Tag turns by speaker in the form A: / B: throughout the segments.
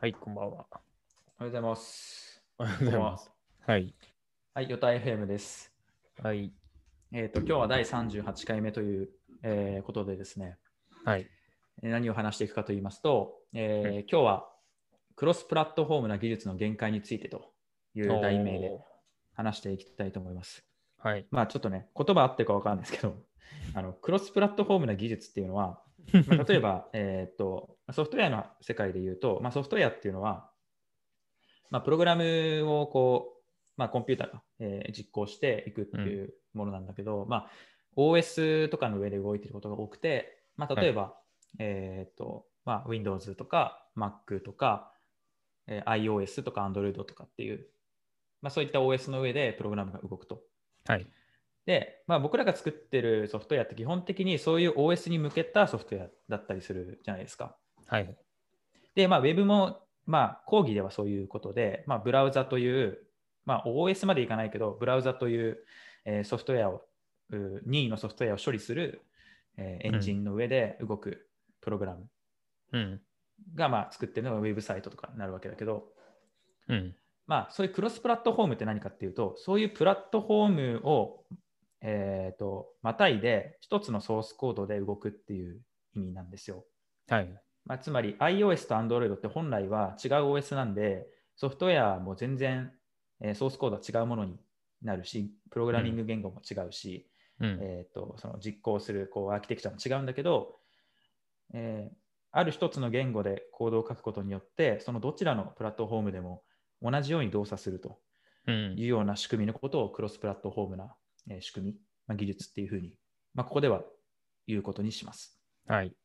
A: はい、こんばんは。
B: おはようございます。
A: おはようございます。はい。
B: はい、ヨタ FM です。
A: はい。
B: えっ、と、今日は第38回目という、えーことでですね、
A: はい。
B: えー何を話していくかと言いますと、えー今日はクロスプラットフォームな技術の限界についてという題名で
A: おー
B: 話していきたいと思います。
A: はい。
B: まあちょっとね、言葉あってるかわかんないですけど、 あのクロスプラットフォームな技術っていうのは、 まあ例えば、えーっとソフトウェアの世界で言うと、まあ、ソフトウェアっていうのは、まあ、プログラムをこう、まあ、コンピューターが、えー実行していくっていうものなんだけど、まあ、OS とかの上で動いてることが多くて、まあ、例えば、えーっとまあ、Windows とか Mac とか、えー iOS とか Android とかっていう、まあ、そういった OS の上でプログラムが動くと。
A: はい。
B: で、まあ、僕らが作ってるソフトウェアって基本的にそういう OS に向けたソフトウェアだったりするじゃないですか。
A: はい。
B: で、まあ、Web も、まあ、講義ではそういうことで、まあ、ブラウザという、まあ、OS までいかないけど、ブラウザという、えーソフトウェアを、う任意のソフトウェアを処理する、えーエンジンの上で動くプログラム
A: うん。
B: が、まあ、作ってるのがウェブサイトとかになるわけだけど、
A: うん。
B: まあ、そういうクロスプラットフォームって何かっていうと、そういうプラットフォームを、えー、とまたいで、一つのソースコードで動くっていう意味なんですよ。
A: はい。
B: まあ、つまり iOS と Android って本来は違う OS なんで、ソフトウェアも全然、えーソースコードは違うものになるし、プログラミング言語も違うし、
A: うん。
B: えー、とその実行するこうアーキテクチャも違うんだけど、えーある一つの言語でコードを書くことによってそのどちらのプラットフォームでも同じように動作すると
A: うん
B: いうような仕組みのことをクロスプラットフォームなえー仕組み、まあ、技術っていうふうに、まあ、ここでは言うことにします。
A: はい。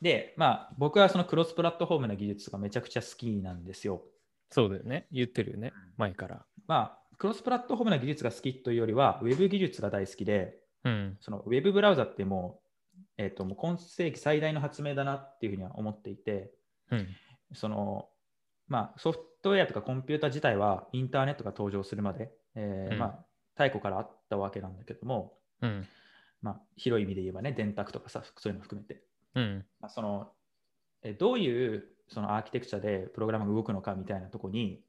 B: で、まあ、僕はそのクロスプラットフォームな技術がめちゃくちゃ好きなんですよ。
A: そうだよね。言ってるよね。前から。
B: まあ、クロスプラットフォームな技術が好きというよりは、ウェブ技術が大好きで、
A: うん。
B: そのウェブブラウザってもう、えっともう今世紀最大の発明だなっていうふうには思っていて、
A: うん。
B: そのまあ、ソフトウェアとかコンピューター自体はインターネットが登場するまで、えー
A: うん
B: まあ、太古からあったわけなんだけども、
A: うん。
B: まあ、広い意味で言えばね、電卓とかさ、そういうの含めて、
A: うん。
B: まあ、そのえどういうそのアーキテクチャでプログラムが動くのかみたいなとこに、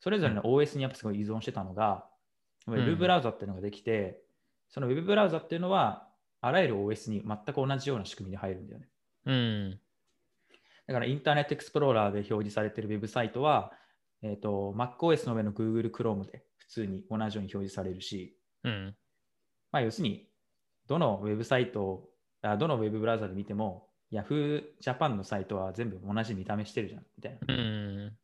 B: それぞれの OS にやっぱすごい依存してたのが、ウェブブラウザっていうのができて、そのウェブブラウザっていうのは、あらゆる OS に全く同じような仕組みに入るんだよね。
A: うん。
B: だからインターネットエクスプローラーで表示されているウェブサイトは、えー、と MacOS の上の Google Chrome で普通に同じように表示されるし、
A: うん。
B: まあ、要するに、どのウェブサイトをあ、どのウェブブラウザで見ても、Yahoo Japan のサイトは全部同じ見た目してるじゃん、みたいな。
A: うん。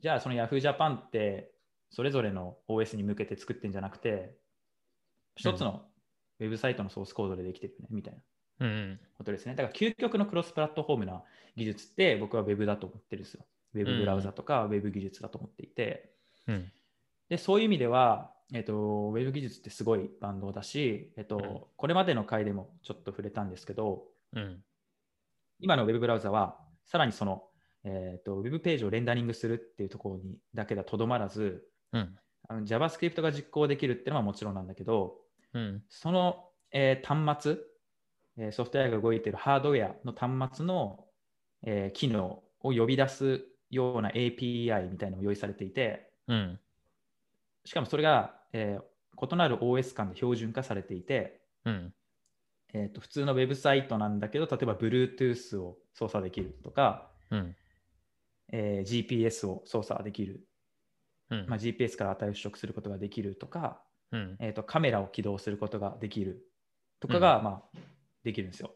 B: じゃあ、その Yahoo Japan って、それぞれの OS に向けて作ってんじゃなくて、一つのウェブサイトのソースコードでできてるよね、みたいな
A: うん。
B: ことですね。だから、究極のクロスプラットフォームな技術って、僕は Web だと思ってるんですよ。Web ブラウザとか Web 技術だと思っていて、
A: うん。
B: でそういう意味では、えっとウェブ技術ってすごい万能だし、えっと
A: うん
B: これまでの回でもちょっと触れたんですけど
A: うん。
B: 今のウェブブラウザはさらにその、えっとウェブページをレンダリングするっていうところにだけではとどまらず
A: うん。
B: あの JavaScript が実行できるっていうのはもちろんなんだけど
A: うん。
B: その、えー端末えーソフトウェアが動いているハードウェアの端末の、えー機能を呼び出すような API みたいなのも用意されていて
A: うん。
B: しかもそれが、えー異なる OS 間で標準化されていて、
A: うん。
B: えーと普通のウェブサイトなんだけど、例えば Bluetooth を操作できるとか、
A: うん。
B: えー GPS を操作できる、
A: うん。
B: まあ、GPS から値を取得することができるとか、
A: うん。
B: えーとカメラを起動することができるとかが、まあ、できるんですよ。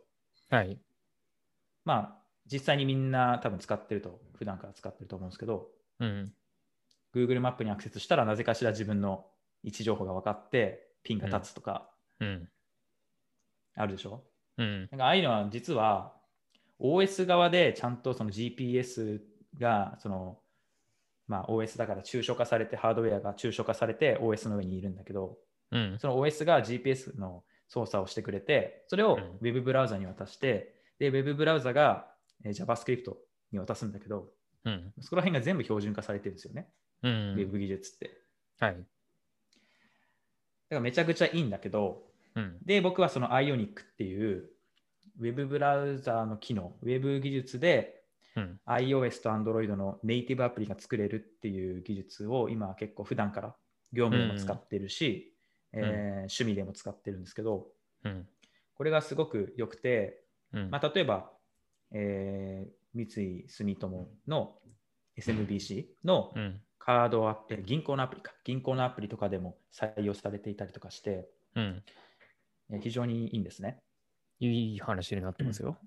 A: はい。
B: まあ、実際にみんな多分使ってると、普段から使ってると思うんですけど、
A: うん。
B: Google マップにアクセスしたらなぜかしら自分の位置情報が分かって、ピンが立つとか
A: うん。
B: あるでしょ、
A: うん。
B: なんかああいうのは実は OS 側でちゃんとその GPS がその、まあ、OS だから抽象化されてハードウェアが抽象化されて OS の上にいるんだけど
A: うん。
B: その OS が GPS の操作をしてくれてそれを
A: うん
B: Web ブラウザに渡してで Web ブラウザがえー JavaScript に渡すんだけど
A: うん。
B: そこら辺が全部標準化されてるんですよね、
A: う
B: Web
A: ん。
B: 技術ってだ
A: はい。
B: からめちゃくちゃいいんだけど
A: うん。
B: で、僕はその Ionic っていうウェブブラウザーの機能、ウェブ技術で、
A: うん。
B: iOS と Android のネイティブアプリが作れるっていう技術を今結構普段から業務でも使ってるし、
A: ん
B: えー趣味でも使ってるんですけど、
A: うん。
B: これがすごく良くて、
A: うん。
B: まあ、例えば、えー三井住友の SMBC の
A: うん。
B: カードアプリ、銀行のアプリか、銀行のアプリとかでも採用されていたりとかして、
A: うん。
B: えー非常にいいんですね。
A: いい話になってますよ。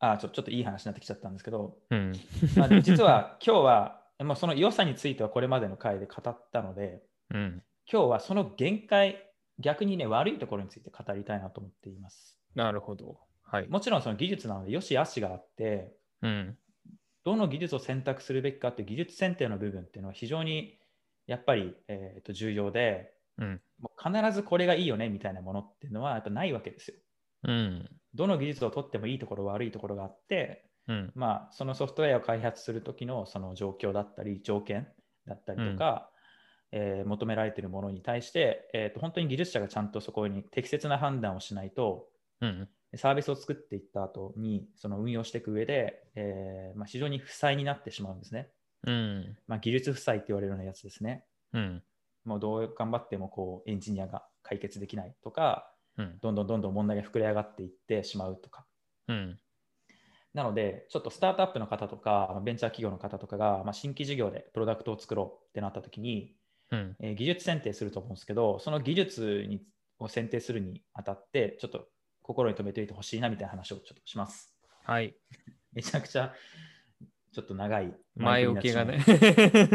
B: あーちょちょっといい話になってきちゃったんですけど、
A: うん。
B: まあ、実は今日は、 まあ、その良さについてはこれまでの回で語ったので、
A: うん。
B: 今日はその限界、逆にね、悪いところについて語りたいなと思っています。
A: なるほど。はい。
B: もちろんその技術なので、良し悪しがあって、
A: うん。
B: どの技術を選択するべきかっていう技術選定の部分っていうのは非常にやっぱり、えーと重要で、
A: うん
B: もう必ずこれがいいよねみたいなものっていうのはやっぱないわけですよ。
A: うん。
B: どの技術を取ってもいいところ悪いところがあって、
A: うん。
B: まあ、そのソフトウェアを開発する時のその状況だったり条件だったりとか、えー求められているものに対して、えーと本当に技術者がちゃんとそこに適切な判断をしないと
A: うん。
B: サービスを作っていった後にその運用していく上で、えーまあ、非常に負債になってしまうんですね。
A: うん。
B: まあ、技術負債って言われるようなやつですね。
A: うん。
B: もうどう頑張ってもこうエンジニアが解決できないとか、
A: うん。
B: どんどんどんどん問題が膨れ上がっていってしまうとか。
A: うん。
B: なので、ちょっとスタートアップの方とか、あのベンチャー企業の方とかが、まあ、新規事業でプロダクトを作ろうってなった時に、
A: うん。
B: えー技術選定すると思うんですけど、その技術にを選定するにあたって、ちょっと心に留めておいてほしいなみたいな話をちょっとします。
A: はい。
B: めちゃくちゃ、ちょっと長い
A: 前置
B: 振り
A: き
B: にな
A: が
B: ってしまう
A: ね。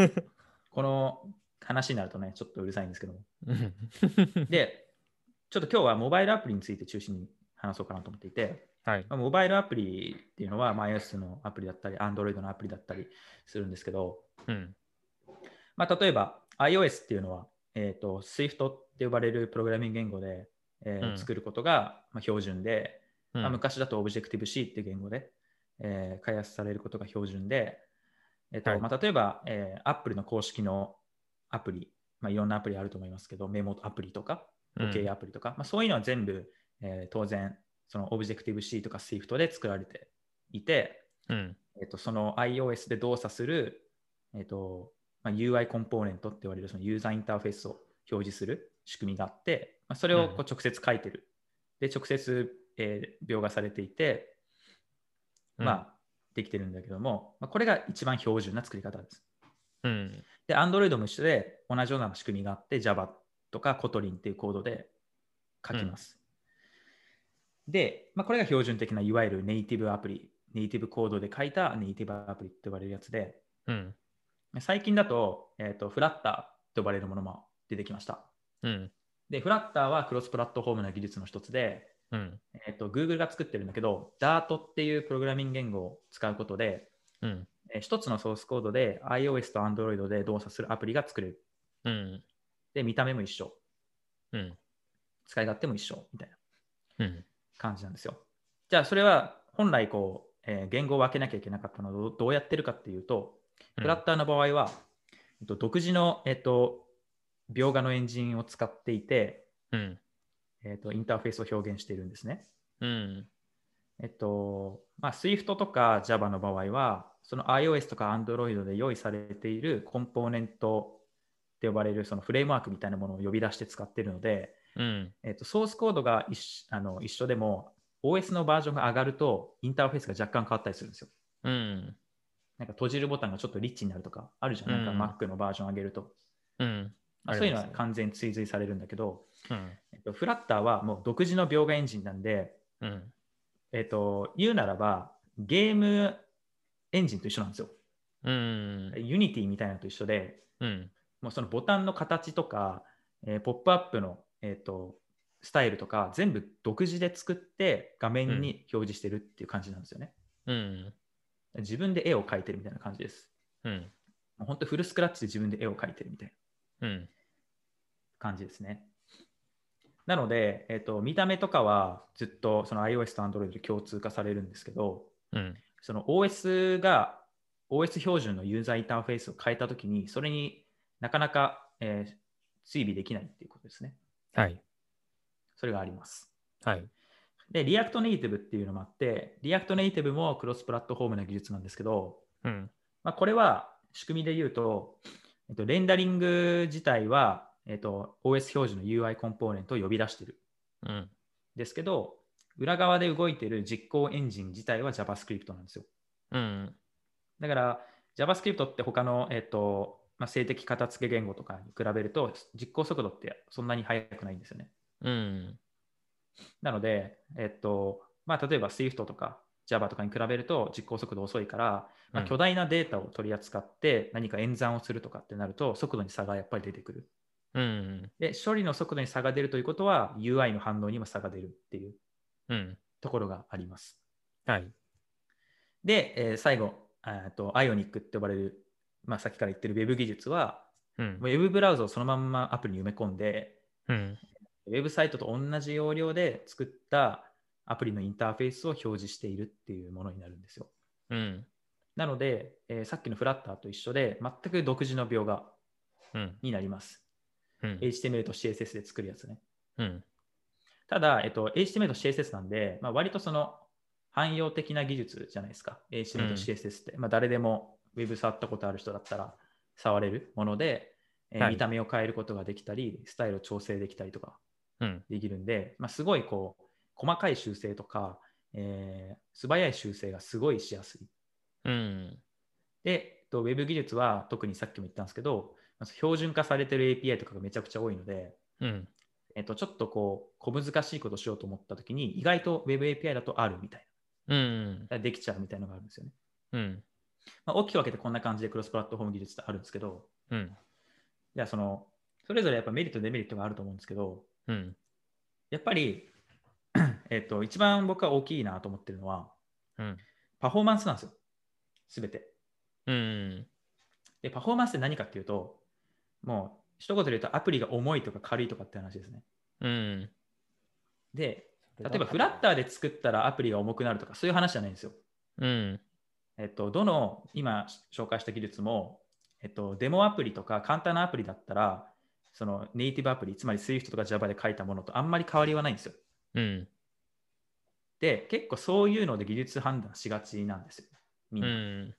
B: この話になるとね、ちょっとうるさいんですけども。
A: うん。
B: で、ちょっと今日はモバイルアプリについて中心に話そうかなと思っていて、
A: はい。
B: まあモバイルアプリっていうのは、まあ iOS のアプリだったり、Android のアプリだったりするんですけど、
A: うん。
B: まあ、例えば iOS っていうのは、えー、と Swift って呼ばれるプログラミング言語で、えー
A: うん
B: 作ることがまあ標準で、
A: うん
B: まあ、昔だと Objective-C っていう言語で、えー開発されることが標準で、えーと
A: はい
B: まあ、例えば、えー Apple の公式のアプリ、まあ、いろんなアプリあると思いますけど、メモアプリとか、時計アプリとか、まあ、そういうのは全部、えー当然、その Objective-C とか Swift で作られていて、
A: うん。
B: えっと、その iOS で動作する、えっとまあ、UI コンポーネントって言われるそのユーザーインターフェースを表示する仕組みがあって、まあ、それをこう直接書いてる。で、直接、えー描画されていて、
A: うん
B: まあ、できてるんだけども、まあ、これが一番標準な作り方です。
A: うん。
B: で、Android も一緒で同じような仕組みがあって、Java とか Kotlin っていうコードで書きます。で、まあ、これが標準的ないわゆるネイティブアプリ、ネイティブコードで書いたネイティブアプリって呼ばれるやつで、
A: うん。
B: 最近だと、えっ、と、フラッターと呼ばれるものも出てきました。
A: うん。
B: で、フラッターはクロスプラットフォームの技術の一つで、
A: うん。
B: えっ、と、Google が作ってるんだけど、Dart っていうプログラミング言語を使うことで、
A: うん。
B: えー一つのソースコードで iOS と Android で動作するアプリが作れる。
A: うん。
B: で、見た目も一緒。
A: うん。
B: 使い勝手も一緒みたいな
A: うん。
B: 感じなんですよ。じゃあそれは本来こう、えー言語を分けなきゃいけなかったのをどどうやってるかっていうと、フラッターの場合は、えっと、独自の、えっと、描画のエンジンを使っていて、
A: うん。
B: えっと、インターフェースを表現しているんですね。
A: うん。
B: えっとまあ、Swift とか Java の場合は、その iOS とか Android で用意されているコンポーネントって呼ばれるそのフレームワークみたいなものを呼び出して使っているので、
A: うん。
B: えっとソースコードが一緒あの一緒でも OS のバージョンが上がるとインターフェースが若干変わったりするんですよ。
A: うん。
B: なんか閉じるボタンがちょっとリッチになるとかあるじゃん。
A: うん
B: なんか Mac のバージョン上げると。
A: うん。
B: まあ
A: あり
B: そう
A: ますね
B: いうのは完全に追随されるんだけど、
A: うん。
B: えっと、フラッターはもう独自の描画エンジンなんで、
A: うん。
B: えっと、言うならばゲームエンジンと一緒なんですよ。
A: うん。
B: Unity みたいなのと一緒で、
A: うん。
B: もうそのボタンの形とか、えーポップアップの、えっとスタイルとか全部独自で作って画面に表示してるっていう感じなんですよね。
A: うん。
B: 自分で絵を描いてるみたいな感じです。
A: うん。
B: もう本当フルスクラッチで自分で絵を描いてるみたいな
A: うん。
B: 感じですね。なので、えっと見た目とかはずっとその iOS と Android で共通化されるんですけど、
A: うん。
B: その OS が OS 標準のユーザーインターフェースを変えたときに、それになかなか、えー追尾できないっていうことですね。
A: はい。
B: それがあります。
A: はい。
B: で、リアクトネイティブっていうのもあって、リアクトネイティブもクロスプラットフォームな技術なんですけど、
A: うん。
B: まあ、これは仕組みで言うと、えっと、レンダリング自体は、えっと、OS 表示の UI コンポーネントを呼び出してる。
A: うん。
B: ですけど、裏側で動いてる実行エンジン自体は JavaScript なんですよ。
A: うん。
B: だから JavaScript って他の、えっとまあ、性的片付け言語とかに比べると実行速度ってそんなに速くないんですよね。
A: うん。
B: なので、えっとまあ、例えば Swift とか Java とかに比べると実行速度遅いから、まあ、巨大なデータを取り扱って何か演算をするとかってなると速度に差がやっぱり出てくる。
A: うん。
B: で、処理の速度に差が出るということは UI の反応にも差が出るっていう
A: うん。
B: ところがあります。
A: はい。
B: で、えー最後、えーと、アイオニックって呼ばれる、まあ、さっきから言ってる Web 技術は、
A: うん
B: ウ。ェブブラウザをそのまんまアプリに埋め込んで、
A: うん。
B: ウェブサイトと同じ要領で作ったアプリのインターフェースを表示しているっていうものになるんですよ。
A: うん。
B: なので、えーさっきのフラッターと一緒で、全く独自の描画
A: うん。
B: になります。
A: うん。
B: HTML と CSS で作るやつね。
A: うん。
B: ただ、えっと、HTML と CSS なんで、まあ、割とその汎用的な技術じゃないですか。HTML と CSS って、まあ、誰でも Web 触ったことある人だったら触れるもので、えー
A: はい
B: 見た目を変えることができたり、スタイルを調整できたりとか
A: うん。
B: できるんで、まあ、すごいこう、細かい修正とか、えー素早い修正がすごいしやすい。
A: うん。
B: で、えっと、Web 技術は特にさっきも言ったんですけど、まあ標準化されてる API とかがめちゃくちゃ多いので、
A: うん。
B: えっと、ちょっとこう、小難しいことしようと思ったときに、意外と Web API だとあるみたい
A: うん。
B: な、できちゃうみたいなのがあるんですよね。
A: うん。
B: まあ、大きく分けてこんな感じでクロスプラットフォーム技術ってあるんですけど、
A: うん。
B: じゃあその、それぞれやっぱメリット、デメリットがあると思うんですけど、
A: うん。
B: やっぱり、 えっと、一番僕は大きいなと思ってるのは、
A: うん。
B: パフォーマンスなんですよ。すべて。
A: うん。
B: で、パフォーマンスって何かっていうと、もう、一言で言うとアプリが重いとか軽いとかって話ですね。
A: うん。
B: で、例えばフラッターで作ったらアプリが重くなるとか、そういう話じゃないんですよ。
A: うん。
B: えっと、どの今紹介した技術も、えっと、デモアプリとか簡単なアプリだったら、そのネイティブアプリ、つまり Swift とか Java で書いたものとあんまり変わりはないんですよ。
A: うん。
B: で、結構そういうので技術判断しがちなんですよ。みん
A: う
B: な。
A: ん。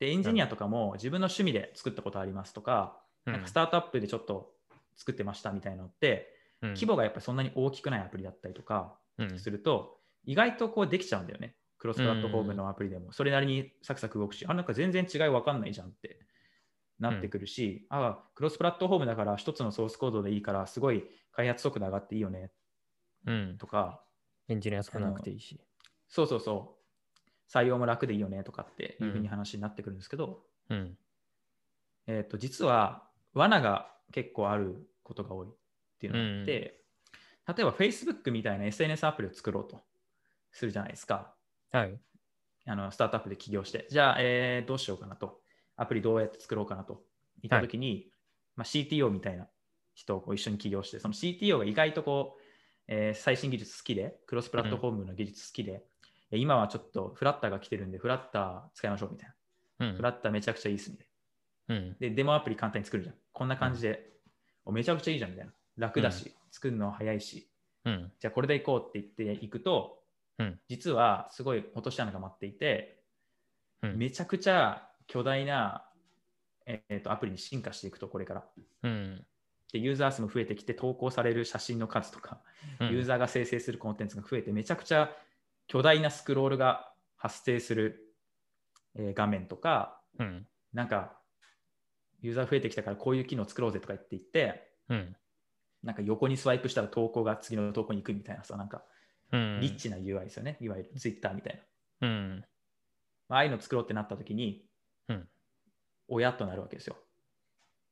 B: で、エンジニアとかも自分の趣味で作ったことありますとか、なんかスタートアップでちょっと作ってましたみたいなのって、規模がやっぱりそんなに大きくないアプリだったりとかすると、意外とこうできちゃうんだよね。クロスプラットフォームのアプリでも、それなりにサクサク動くし、あ、なんか全然違いわかんないじゃんってなってくるし、あ、クロスプラットフォームだから一つのソースコードでいいから、すごい開発速度上がっていいよね
A: うん。
B: とか、
A: エンジニア少なくていいし。
B: そうそうそう、採用も楽でいいよねとかっていうふうに話になってくるんですけど、
A: うん。
B: えっと実は罠が結構あることが多いっていうのがあって、例えば Facebook みたいな SNS アプリを作ろうとするじゃないですか。
A: はい。
B: あのスタートアップで起業して、じゃあ、えーどうしようかなと、アプリどうやって作ろうかなと言ったときに、まあ、CTO みたいな人をこう一緒に起業して、その CTO が意外とこう、えー最新技術好きで、クロスプラットフォームの技術好きで、いや今はちょっとフラッターが来てるんで、フラッター使いましょうみたいな。
A: うん
B: フ。ラッターめちゃくちゃいいっすみたいな。
A: うん。
B: で、デモアプリ簡単に作るじゃん。こんな感じで、おめちゃくちゃいいじゃんみたいな。楽だし、作るの早いし、
A: うん。
B: じゃあこれでいこうって言っていくと、
A: うん
B: 実はすごい落とし穴が待っていて、
A: うん
B: めちゃくちゃ巨大な、えーえーとアプリに進化していくと、これから。
A: うん。
B: で、ユーザー数も増えてきて、投稿される写真の数とか、ユーザーが生成するコンテンツが増えて、めちゃくちゃ巨大なスクロールが発生する、えー画面とか、
A: うん。
B: なんか、ユーザー増えてきたからこういう機能作ろうぜとか言って言って、
A: うん。
B: なんか横にスワイプしたら投稿が次の投稿に行くみたいなさ、なんか
A: うん。
B: リッ。チな UI ですよね、いわゆる Twitter みたいな。
A: うん。
B: まあああいうの作ろうってなった時に、
A: うん
B: 親となるわけですよ。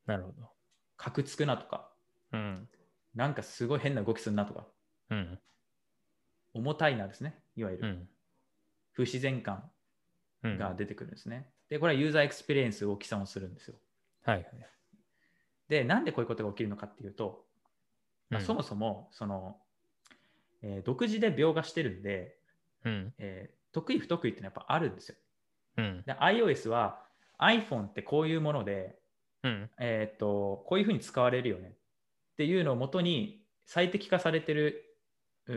A: なるほど。
B: カクつくなとか、
A: うん。
B: なんかすごい変な動きするなとか、
A: うん。
B: 重たいなですね、いわゆ
A: う
B: る
A: ん。
B: 不自然感
A: うん。
B: が
A: はい
B: 出てくるんですね。で、これはユーザーエクスペリエンスを起き算をするんですよ。
A: はい。
B: で、なんでこういうことが起きるのかっていうと、まあ
A: うん
B: そもそも、その、えー独自で描画してるんで、
A: うん。
B: えー得意不得意ってのはやっぱあるんですよ。
A: うん。
B: で iOS は iPhone ってこういうもので、
A: うん。
B: えーっとこういうふうに使われるよねっていうのをもとに最適化されてるう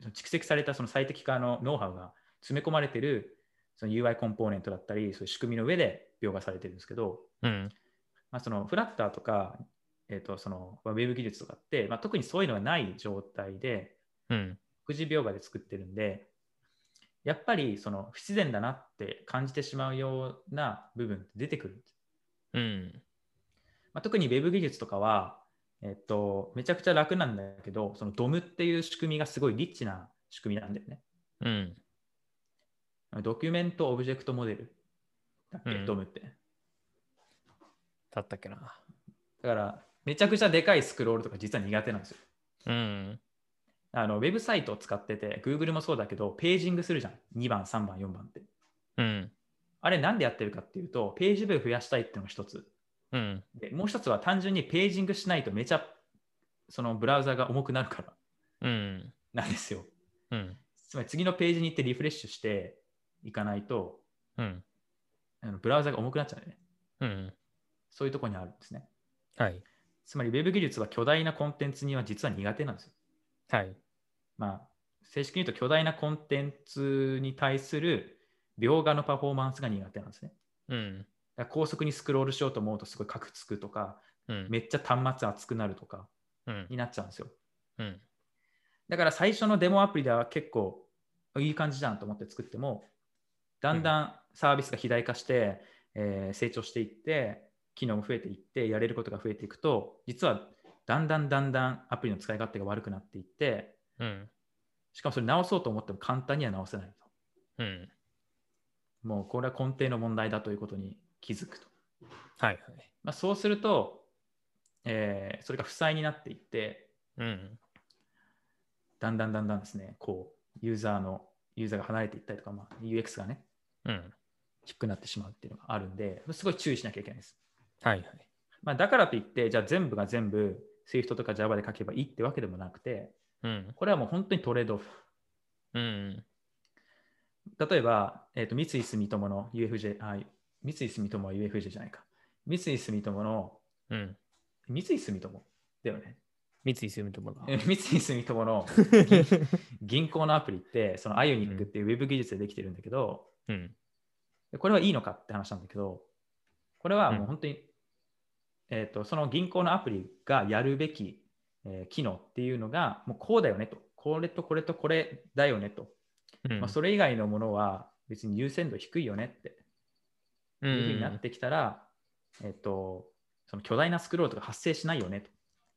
B: その蓄積されたその最適化のノウハウが詰め込まれてるその UI コンポーネントだったり、そういう仕組みの上で描画されてるんですけど、
A: うん
B: まあ、そのフラッターとか、えー、とそのまあウェブ技術とかって、まあ、特にそういうのがない状態で、
A: うん
B: 独自描画で作ってるんで、やっぱりその不自然だなって感じてしまうような部分って出てくるんです
A: うん
B: まあ、特に Web 技術とかは、えっと、めちゃくちゃ楽なんだけど、その DOM っていう仕組みがすごいリッチな仕組みなんだよね。
A: うん
B: ドキュメント・オブジェクト・モデルだっけ、
A: うん
B: DOM って。
A: だったっけな
B: だから、めちゃくちゃでかいスクロールとか実は苦手なんですよ。
A: うん
B: あのウェブサイトを使ってて、Google もそうだけど、ページングするじゃん。2番、3番、4番って。
A: うん
B: あれなんでやってるかっていうと、ページ部増やしたいっていうのが一つ。
A: うん
B: で、もう一つは単純にページングしないとめちゃ、そのブラウザが重くなるから
A: うん
B: なんですよ。
A: うん
B: つまり次のページに行ってリフレッシュしていかないと、
A: うん
B: あのブラウザが重くなっちゃうね。
A: うん
B: そういうところにあるんですね。
A: はい
B: つまり Web 技術は巨大なコンテンツには実は苦手なんですよ。
A: はい
B: まあ、正式に言うと巨大なコンテンツに対する描画のパフォーマンスが苦手なんですね。
A: うん
B: だから高速にスクロールしようと思うとすごいカクつくとか、
A: うん
B: めっちゃ端末熱くなるとか
A: うん
B: になっちゃうんですよ。
A: うん
B: だから最初のデモアプリでは結構いい感じじゃんと思って作っても、だんだんサービスが肥大化して、えー成長していって、機能も増えていって、やれることが増えていくと、実はだんだんだんだんアプリの使い勝手が悪くなっていって、
A: うん
B: しかもそれ直そうと思っても簡単には直せないと。
A: うん
B: もうこれは根底の問題だということに気づくと。
A: はいはい
B: まあ、そうすると、えーそれが負債になっていって、
A: うん
B: だんだんだんだんですね、こう、ユーザーの、ユーザーが離れていったりとか、まあ、UX がね、
A: うん
B: 低くなってしまうっていうのがあるんで、すごい注意しなきゃいけないです。
A: はいはい
B: まあ、だからといって、じゃあ全部が全部 Swift とか Java で書けばいいってわけでもなくて、
A: うん
B: これはもう本当にトレードオフ。
A: うん
B: 例えば、えー、と三井住友の UFJ、あ、三井住友は UFJ じゃないか。三井住友の、
A: うん
B: 三井住友だよね。
A: 三井住友だ
B: え 三井住友の銀行のアプリって、その IONIC っていう Web 技術でできてるんだけど、
A: うん
B: でこれはいいのかって話なんだけど、これはもう本当に、えー、とその銀行のアプリがやるべき、えー機能っていうのが、もうこうだよねと、これとこれとこれだよねと、
A: うん
B: まあ、それ以外のものは別に優先度低いよねって
A: う
B: いうふうになっ
A: ん
B: てきたら、えっ、と、その巨大なスクロールとか発生しないよねと、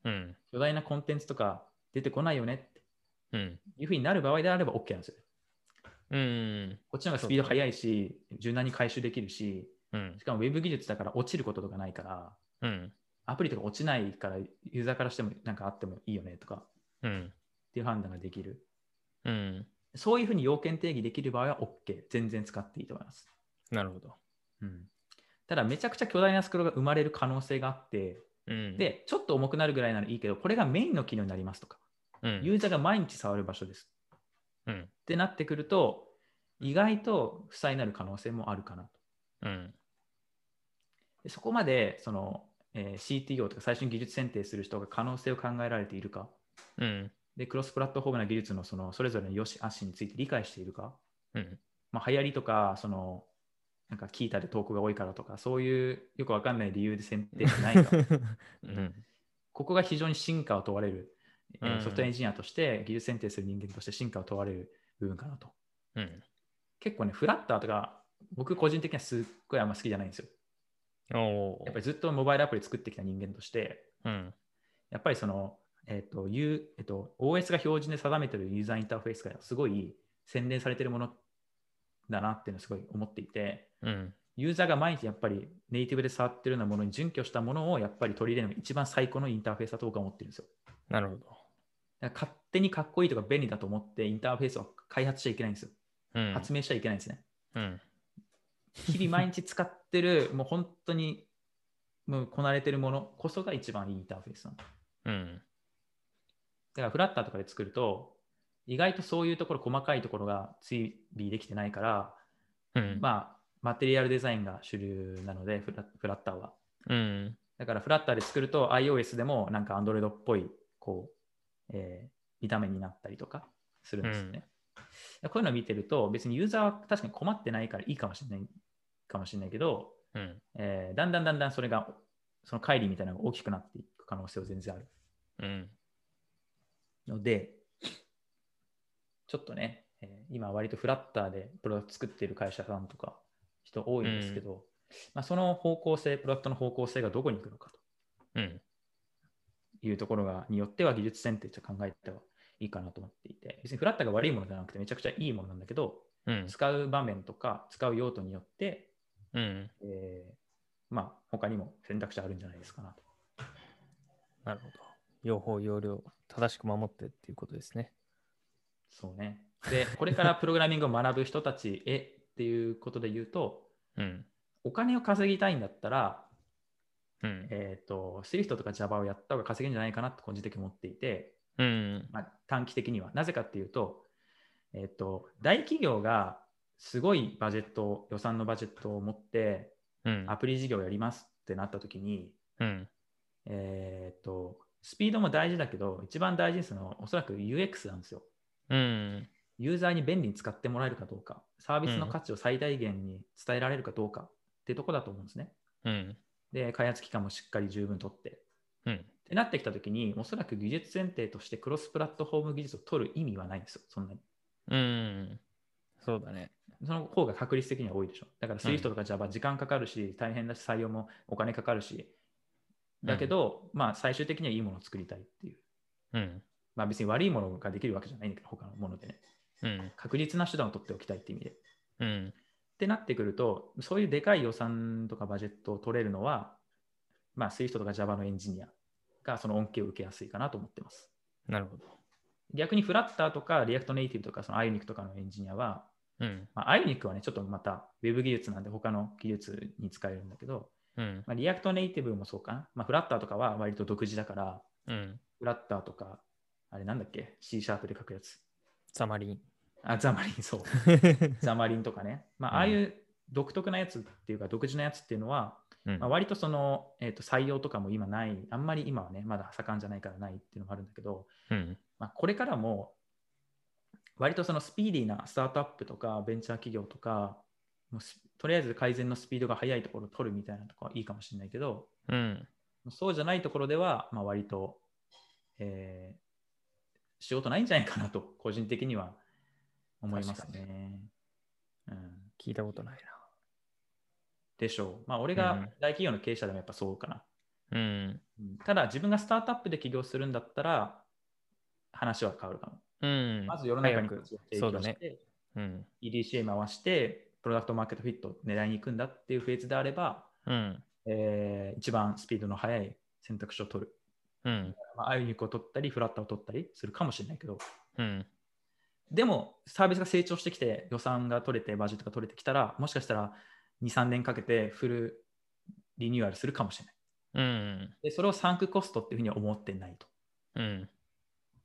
A: うん
B: 巨大なコンテンツとか出てこないよねって
A: うん
B: いうふうになる場合であれば OK なんですよ。
A: うん
B: こっちの方がスピード速いし、柔軟に回収できるし、
A: うん
B: しかも Web 技術だから落ちることとかないから、
A: うん
B: アプリとか落ちないから、ユーザーからしてもなんかあってもいいよねとかっ
A: うん
B: ていう判断ができる。
A: うん
B: そういうふうに要件定義できる場合は OK。全然使っていいと思います。
A: なるほど
B: うん、ただ、めちゃくちゃ巨大なスクロールが生まれる可能性があって、
A: うん
B: で、ちょっと重くなるぐらいならいいけど、これがメインの機能になりますとか、
A: うん
B: ユーザーが毎日触る場所です。
A: うん
B: ってなってくると、意外と負債になる可能性もあるかなと。
A: うん
B: でそこまで、その、えー CTO とか最初に技術選定する人が可能性を考えられているか
A: うん
B: で、クロスプラットフォームな技術のそのそれぞれの良し悪しについて理解しているか、
A: うん
B: まあ、流行りとか、そのなんか聞いたで投稿が多いからとか、そういうよくわかんない理由で選定し ないか、
A: うん
B: ここが非常に進化を問われる、えー
A: うん
B: ソフトウェアエンジニアとして、技術選定する人間として進化を問われる部分かなと。
A: うん
B: 結構ね、フラッターとか、僕個人的にはすっごいあんま好きじゃないんですよ。
A: お
B: やっ
A: ー
B: ぱりずっとモバイルアプリ作ってきた人間として、
A: うん
B: やっぱりその、えっと U えっと OS が標準で定めてるユーザーインターフェースがすごい洗練されてるものだなっていうのをすごい思っていて、
A: うん
B: ユーザーが毎日やっぱりネイティブで触ってるようなものに準拠したものをやっぱり取り入れるのが一番最高のインターフェースだと僕は思ってるんですよ。
A: なるほど
B: だから勝手にかっこいいとか便利だと思ってインターフェースを開発しちゃいけないんですよ。
A: うん
B: 発明しちゃいけないんですね。
A: うん
B: 日々毎日使ってる、もう本当にもうこなれてるものこそが一番いいインターフェースなの。
A: うん
B: だからフラッターとかで作ると、意外とそういうところ、細かいところが追尾できてないから、
A: うん
B: まあ、マテリアルデザインが主流なので、フラフラッターは。
A: うん
B: だからフラッターで作ると iOS でもなんか Android っぽい、こう、えー見た目になったりとか、するんですよね。こういうのを見てると、別にユーザーは確かに困ってないからいいかもしれないかもしれないけど、
A: うん。
B: えーだんだんだんだんそれが、その乖離みたいなのが大きくなっていく可能性は全然ある
A: うん。
B: ので、ちょっとね、えー今割とフラッターでプロダクト作ってる会社さんとか人多いんですけど、まあ、その方向性、プロダクトの方向性がどこに行くのか
A: うん。
B: というところがによっては技術選定と考えてはいいかなと思っていて、別にフラッターが悪いものじゃなくてめちゃくちゃいいものなんだけど、
A: うん。
B: 使う場面とか使う用途によって、
A: うん。
B: えーまあ他にも選択肢あるんじゃないですかなと。
A: なるほど。用法、用量、正しく守ってっていうことですね。
B: そうね。で、これからプログラミングを学ぶ人たちへっていうことで言うと、
A: うん。
B: お金を稼ぎたいんだったら、
A: うん。
B: えっ、と、Swift とか Java をやった方が稼げるんじゃないかなって個人的に思っていて、
A: うん。
B: まあ、短期的には。なぜかっていうと、えっ、と、大企業がすごいバジェットを、予算のバジェットを持って、
A: うん。
B: アプリ事業をやりますってなった時に、
A: うん。
B: えっ、と、スピードも大事だけど、一番大事なのはおそらく UX なんですよ。
A: うん。
B: ユーザーに便利に使ってもらえるかどうか、サービスの価値を最大限に伝えられるかどうかっていうとこだと思うんですね。
A: うん。
B: で、開発期間もしっかり十分とって。
A: うん。
B: ってなってきたときに、おそらく技術前提としてクロスプラットフォーム技術を取る意味はないんですよ、そんなに。
A: うん。そうだね。
B: その方が確率的には多いでしょ。だから Swift とか Java 時間かかるし、大変だし、採用もお金かかるし、だけど、まあ最終的にはいいものを作りたいっていう。
A: うん。
B: まあ別に悪いものができるわけじゃないんだけど、他のものでね。
A: うん。
B: 確実な手段を取っておきたいっていう意味で。
A: うん。
B: ってなってくると、そういうでかい予算とかバジェットを取れるのは、まあ、Swift とか Java のエンジニアがその恩恵を受けやすいかなと思ってます。
A: なるほど。
B: 逆に Flutter とか React Native とかその Ionic とかのエンジニアは、
A: うん。
B: まあ、Ionic はね、ちょっとまた Web 技術なんで他の技術に使えるんだけど、
A: うん。
B: まあ、React Native もそうかな。まあ、Flutter とかは割と独自だから、
A: うん。
B: Flutter とか、あれなんだっけ ?C シャープで書くやつ。
A: サマリン。
B: あ、ザマリ ン、そう。ザマリンとかね。まあ、ああいう独特なやつっていうか、独自なやつっていうのは、
A: うん
B: まあ、割とその、えー、と採用とかも今ない、あんまり今はね、まだ盛んじゃないからないっていうのもあるんだけど、
A: うん。
B: まあ、これからも、割とそのスピーディーなスタートアップとかベンチャー企業とか、もうすとりあえず改善のスピードが速いところを取るみたいなとこはいいかもしれないけど、
A: うん。
B: そうじゃないところでは、まあ、割と、えー仕事ないんじゃないかなと、個人的には思います
A: 確か
B: ね。うん、
A: 聞いたことない
B: でしょう。まあ、俺
A: うん
B: が大企業の経営者でもやっぱそうかな。
A: な。うん。
B: うんただ自分がスタートアップで起業するんだったら話は変わるかも。
A: うん。
B: まず世の中に
A: 早く
B: 提
A: そう
B: 供
A: だ
B: し
A: ね。
B: て、
A: うん。
B: EDCA 回して、プロダクトマーケットフィットを狙いに行くんだっていうフェーズであれば、
A: うん。
B: えー一番スピードの速い選択肢を取る。
A: うん。
B: まあ、アイニックを取ったり、フラッターを取ったりするかもしれないけど、
A: うん。
B: でもサービスが成長してきて、予算が取れて、バジェットが取れてきたら、もしかしたら2、3年かけてフルリニューアルするかもしれない。
A: うん。
B: でそれをサンクコストっていうふうには思ってないと。
A: うん。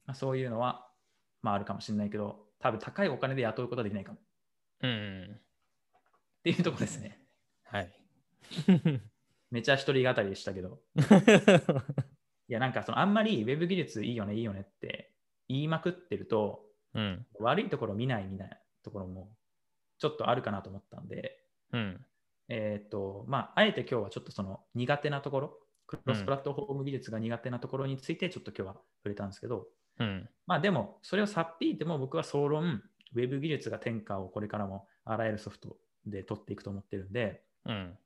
B: まあ、そういうのは、まあ、あるかもしれないけど、多分高いお金で雇うことはできないかもっ
A: うん。
B: ていうところですね。
A: はい。
B: めちゃ一人語りでしたけど、いや、なんかそのあんまりウェブ技術いいよね、いいよねって言いまくってると、
A: うん。
B: 悪いところ見ないみたいなところもちょっとあるかなと思ったんで、
A: うん。
B: えっ、と、まあ、あえて今日はちょっとその苦手なところ、クロスプラットフォーム技術が苦手なところについてちょっと今日は触れたんですけど、
A: うん。
B: まあでも、それをさっぴいても僕は総論、ウェブ技術が天下をこれからもあらゆるソフトで取っていくと思ってるんで、
A: うん。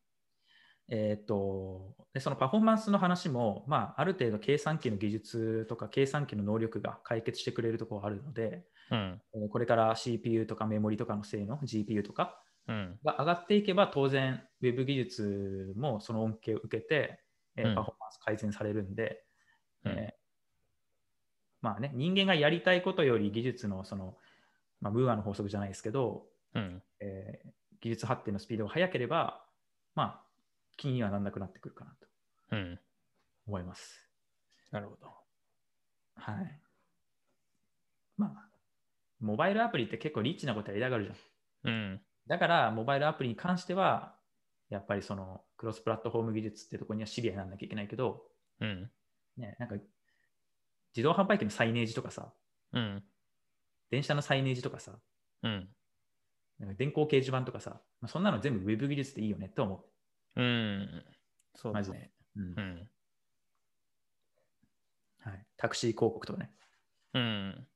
B: えーっとでそのパフォーマンスの話も、まあ、ある程度計算機の技術とか計算機の能力が解決してくれるところあるので、
A: うん。
B: えーこれから CPU とかメモリとかの性能、GPU とか
A: うん。
B: が上がっていけば、当然、ウェブ技術もその恩恵を受けて、えー
A: うん
B: パフォーマンス改善されるんで、
A: うん
B: えーまあね、人間がやりたいことより技術のその、まあ、ムーアの法則じゃないですけど、
A: うん。
B: えー技術発展のスピードが速ければ、まあ、気にはならなくなってくるかなと
A: うん。
B: 思います。
A: なるほど。
B: はい。まあ、モバイルアプリって結構リッチなことやりたがるじ
A: う
B: ゃん。
A: ん。
B: だから、モバイルアプリに関しては、やっぱりそのクロスプラットフォーム技術ってところにはシビアにならなきゃいけないけど、
A: うん。
B: ね、なんか自動販売機のサイネージとかさ、
A: うん。
B: 電車のサイネージとかさ、
A: うん。
B: なんか電光掲示板とかさ、まあ、そんなの全部 Web 技術でいいよねって思。
A: うん。そううだ
B: マジで
A: ね。。
B: うん
A: うん。
B: はい、タクシー広告とかね。
A: うん。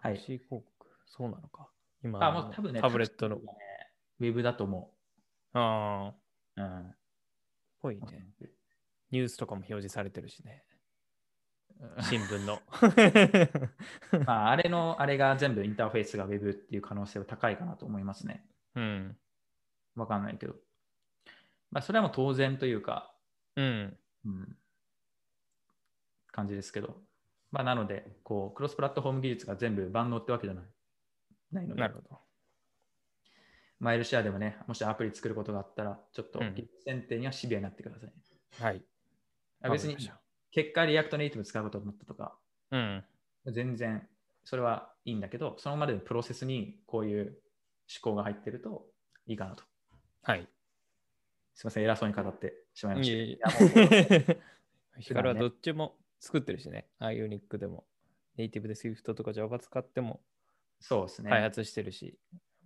B: はい
A: C 広告、そうなのか。今、
B: あ、もう多分ね、
A: タブレットの
B: タク。シーはね。ウェブだと思
A: ああ、
B: う。うん。
A: ぽいね。ニュースとかも表示されてるしね。
B: うん
A: 新聞の。
B: まあ、あれの、あれが全部インターフェースが Web っていう可能性は高いかなと思いますね。
A: うん。
B: わかんないけど。まあ、それはもう当然というか、
A: うん。
B: うん、感じですけど。まあ、なので、こう、クロスプラットフォーム技術が全部万能ってわけじゃない。ないので
A: なるほど。
B: マイルシェアでもね、もしアプリ作ることがあったら、ちょっと
A: うん
B: 技術選定にはシビアになってください。
A: はい。
B: あ別に
A: わかりました
B: 結果リアクトネイティブ使うこと思ったとか、
A: うん。
B: 全然それはいいんだけど、そのまでのプロセスにこういう思考が入ってるといいかなと。
A: はい。
B: すみません、偉そうに語ってしまいま
A: い
B: し
A: えい
B: いや
A: え。ヒ
B: 普
A: カルは
B: 段ね
A: どっちも作ってるしね。Ionic でも、ネイティブで Swift とか Java 使っても
B: た。そうで す
A: 開
B: ね。
A: 発してるし。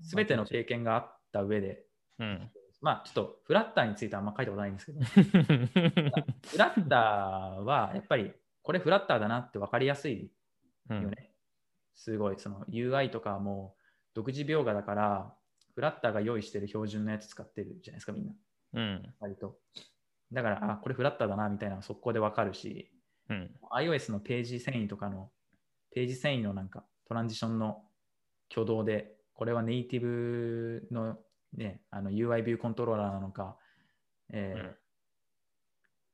B: すべての経験があった上で、
A: うん。
B: まあちょっとフラッターについてはあんま書いたことないんですけど、フ
A: う
B: ラッターはやっぱりこれフラッターだなって分かりやすいよ
A: ん
B: ね。すごい、その UI とかも独自描画だから、フラッターが用意してる標準のやつ使ってるじゃないですか、みんな。
A: うん。
B: 割と。だから、あ、これフラッターだな、みたいなの速攻でわかるし、
A: うん。
B: iOS のページ遷移とかの、ページ遷移のなんかトランジションの挙動で、これはネイティブの,、ね、あの UI ビューコントローラーなのか、え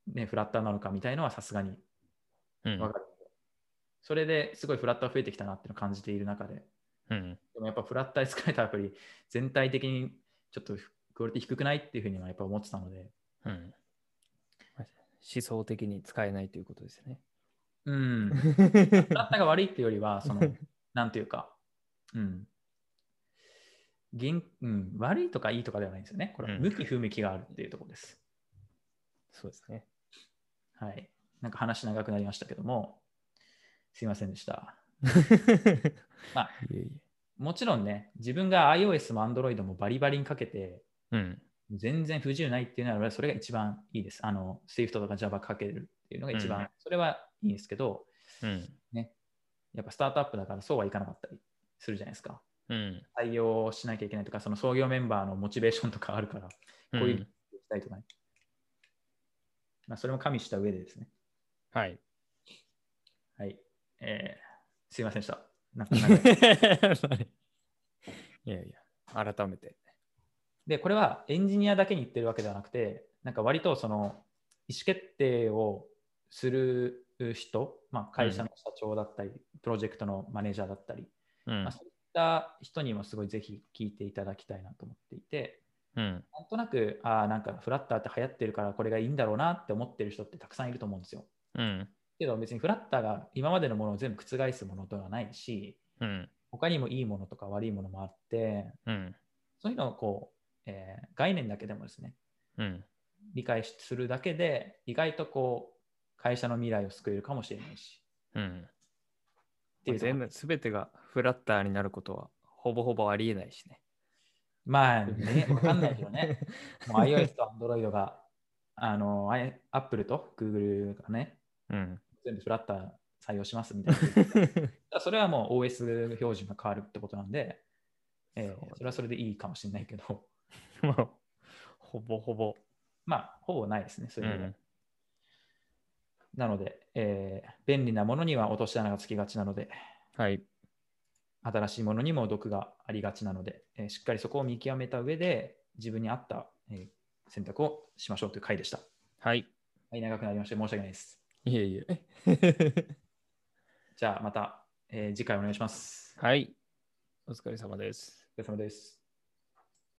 B: ーね、フラッターなのかみたいのはさすがに
A: うん
B: わかる。それですごいフラッター増えてきたなっていうのを感じている中で、
A: うん。
B: でもやっぱフラッターで使えたアプリ、全体的にちょっとクオリティ低くないっていうふうにはやっぱ思ってたので、
A: うん。思想的に使えないということです ね。
B: うん、フラッターが悪いっていうよ りは、その、なんというか、うん。現うん、悪いとかいいとかではないんですよね。これは
A: うん
B: 向き不向きがあるっていうところです。
A: そうですね。
B: はい。なんか話長くなりましたけども、すいませんでした。 まあ
A: いえいえ
B: もちろんね、自分が iOS も Android もバリバリにかけて、
A: うん。
B: 全然不自由ないっていうなら、それが一番いいです。あの、Swift とか Java かけるっていうのが一番、
A: うん
B: それはいいんですけど、
A: うん。
B: やっぱスタートアップだからそうはいかなかったりするじゃないですか。
A: うん。
B: 採用しなきゃいけないとか、その創業メンバーのモチベーションとかあるから、こういうのをしたいとかね。まあ、それも加味した上でですね。
A: はい。
B: はい。えーすいませんでした。なんか長い
A: いやいや、改めて。
B: で、これはエンジニアだけに言ってるわけではなくて、なんか割とその意思決定をする人、まあ、会社の社長だったり、プロジェクトのマネージャーだったり、
A: うん
B: まあ、そういった人にもすごいぜひ聞いていただきたいなと思っていて、
A: うん。
B: なんとなく、ああ、なんかフラッターって流行ってるからこれがいいんだろうなって思ってる人ってたくさんいると思うんですよ。
A: うん。
B: けど別にフラッターが今までのものを全部覆すものではないし、
A: うん。
B: 他にもいいものとか悪いものもあって、
A: うん。
B: そういうのをこう、えー概念だけでもですね、
A: うん。
B: 理解するだけで、意外とこう、会社の未来を救えるかもしれないし。
A: うん。
B: っていうとこ
A: 全部、すべてがフラッターになることは、ほぼほぼありえないしね。
B: まあ、ね、わかんないけどね。 もう iOS と Android が、あの、あい Apple と Google がね、
A: うん。
B: 全部フラッター採用しますみたい な。それはもう OS 標準が変わるってことなんで、えー
A: そう
B: それはそれでいいかもしれないけど、
A: まあ、ほぼほぼ。
B: まあ、ほぼないですね、そうれで。
A: ん。
B: なので、えー便利なものには落とし穴がつきがちなので、
A: はい。
B: 新しいものにも毒がありがちなので、えーしっかりそこを見極めた上で、自分に合った、えー選択をしましょうという回でした。
A: はい。
B: はい、長くなりまして申し訳ないです。
A: いえいえ。
B: じゃあまた、えー次回お願いします。
A: はい。お疲れ様です。
B: お疲れ様です。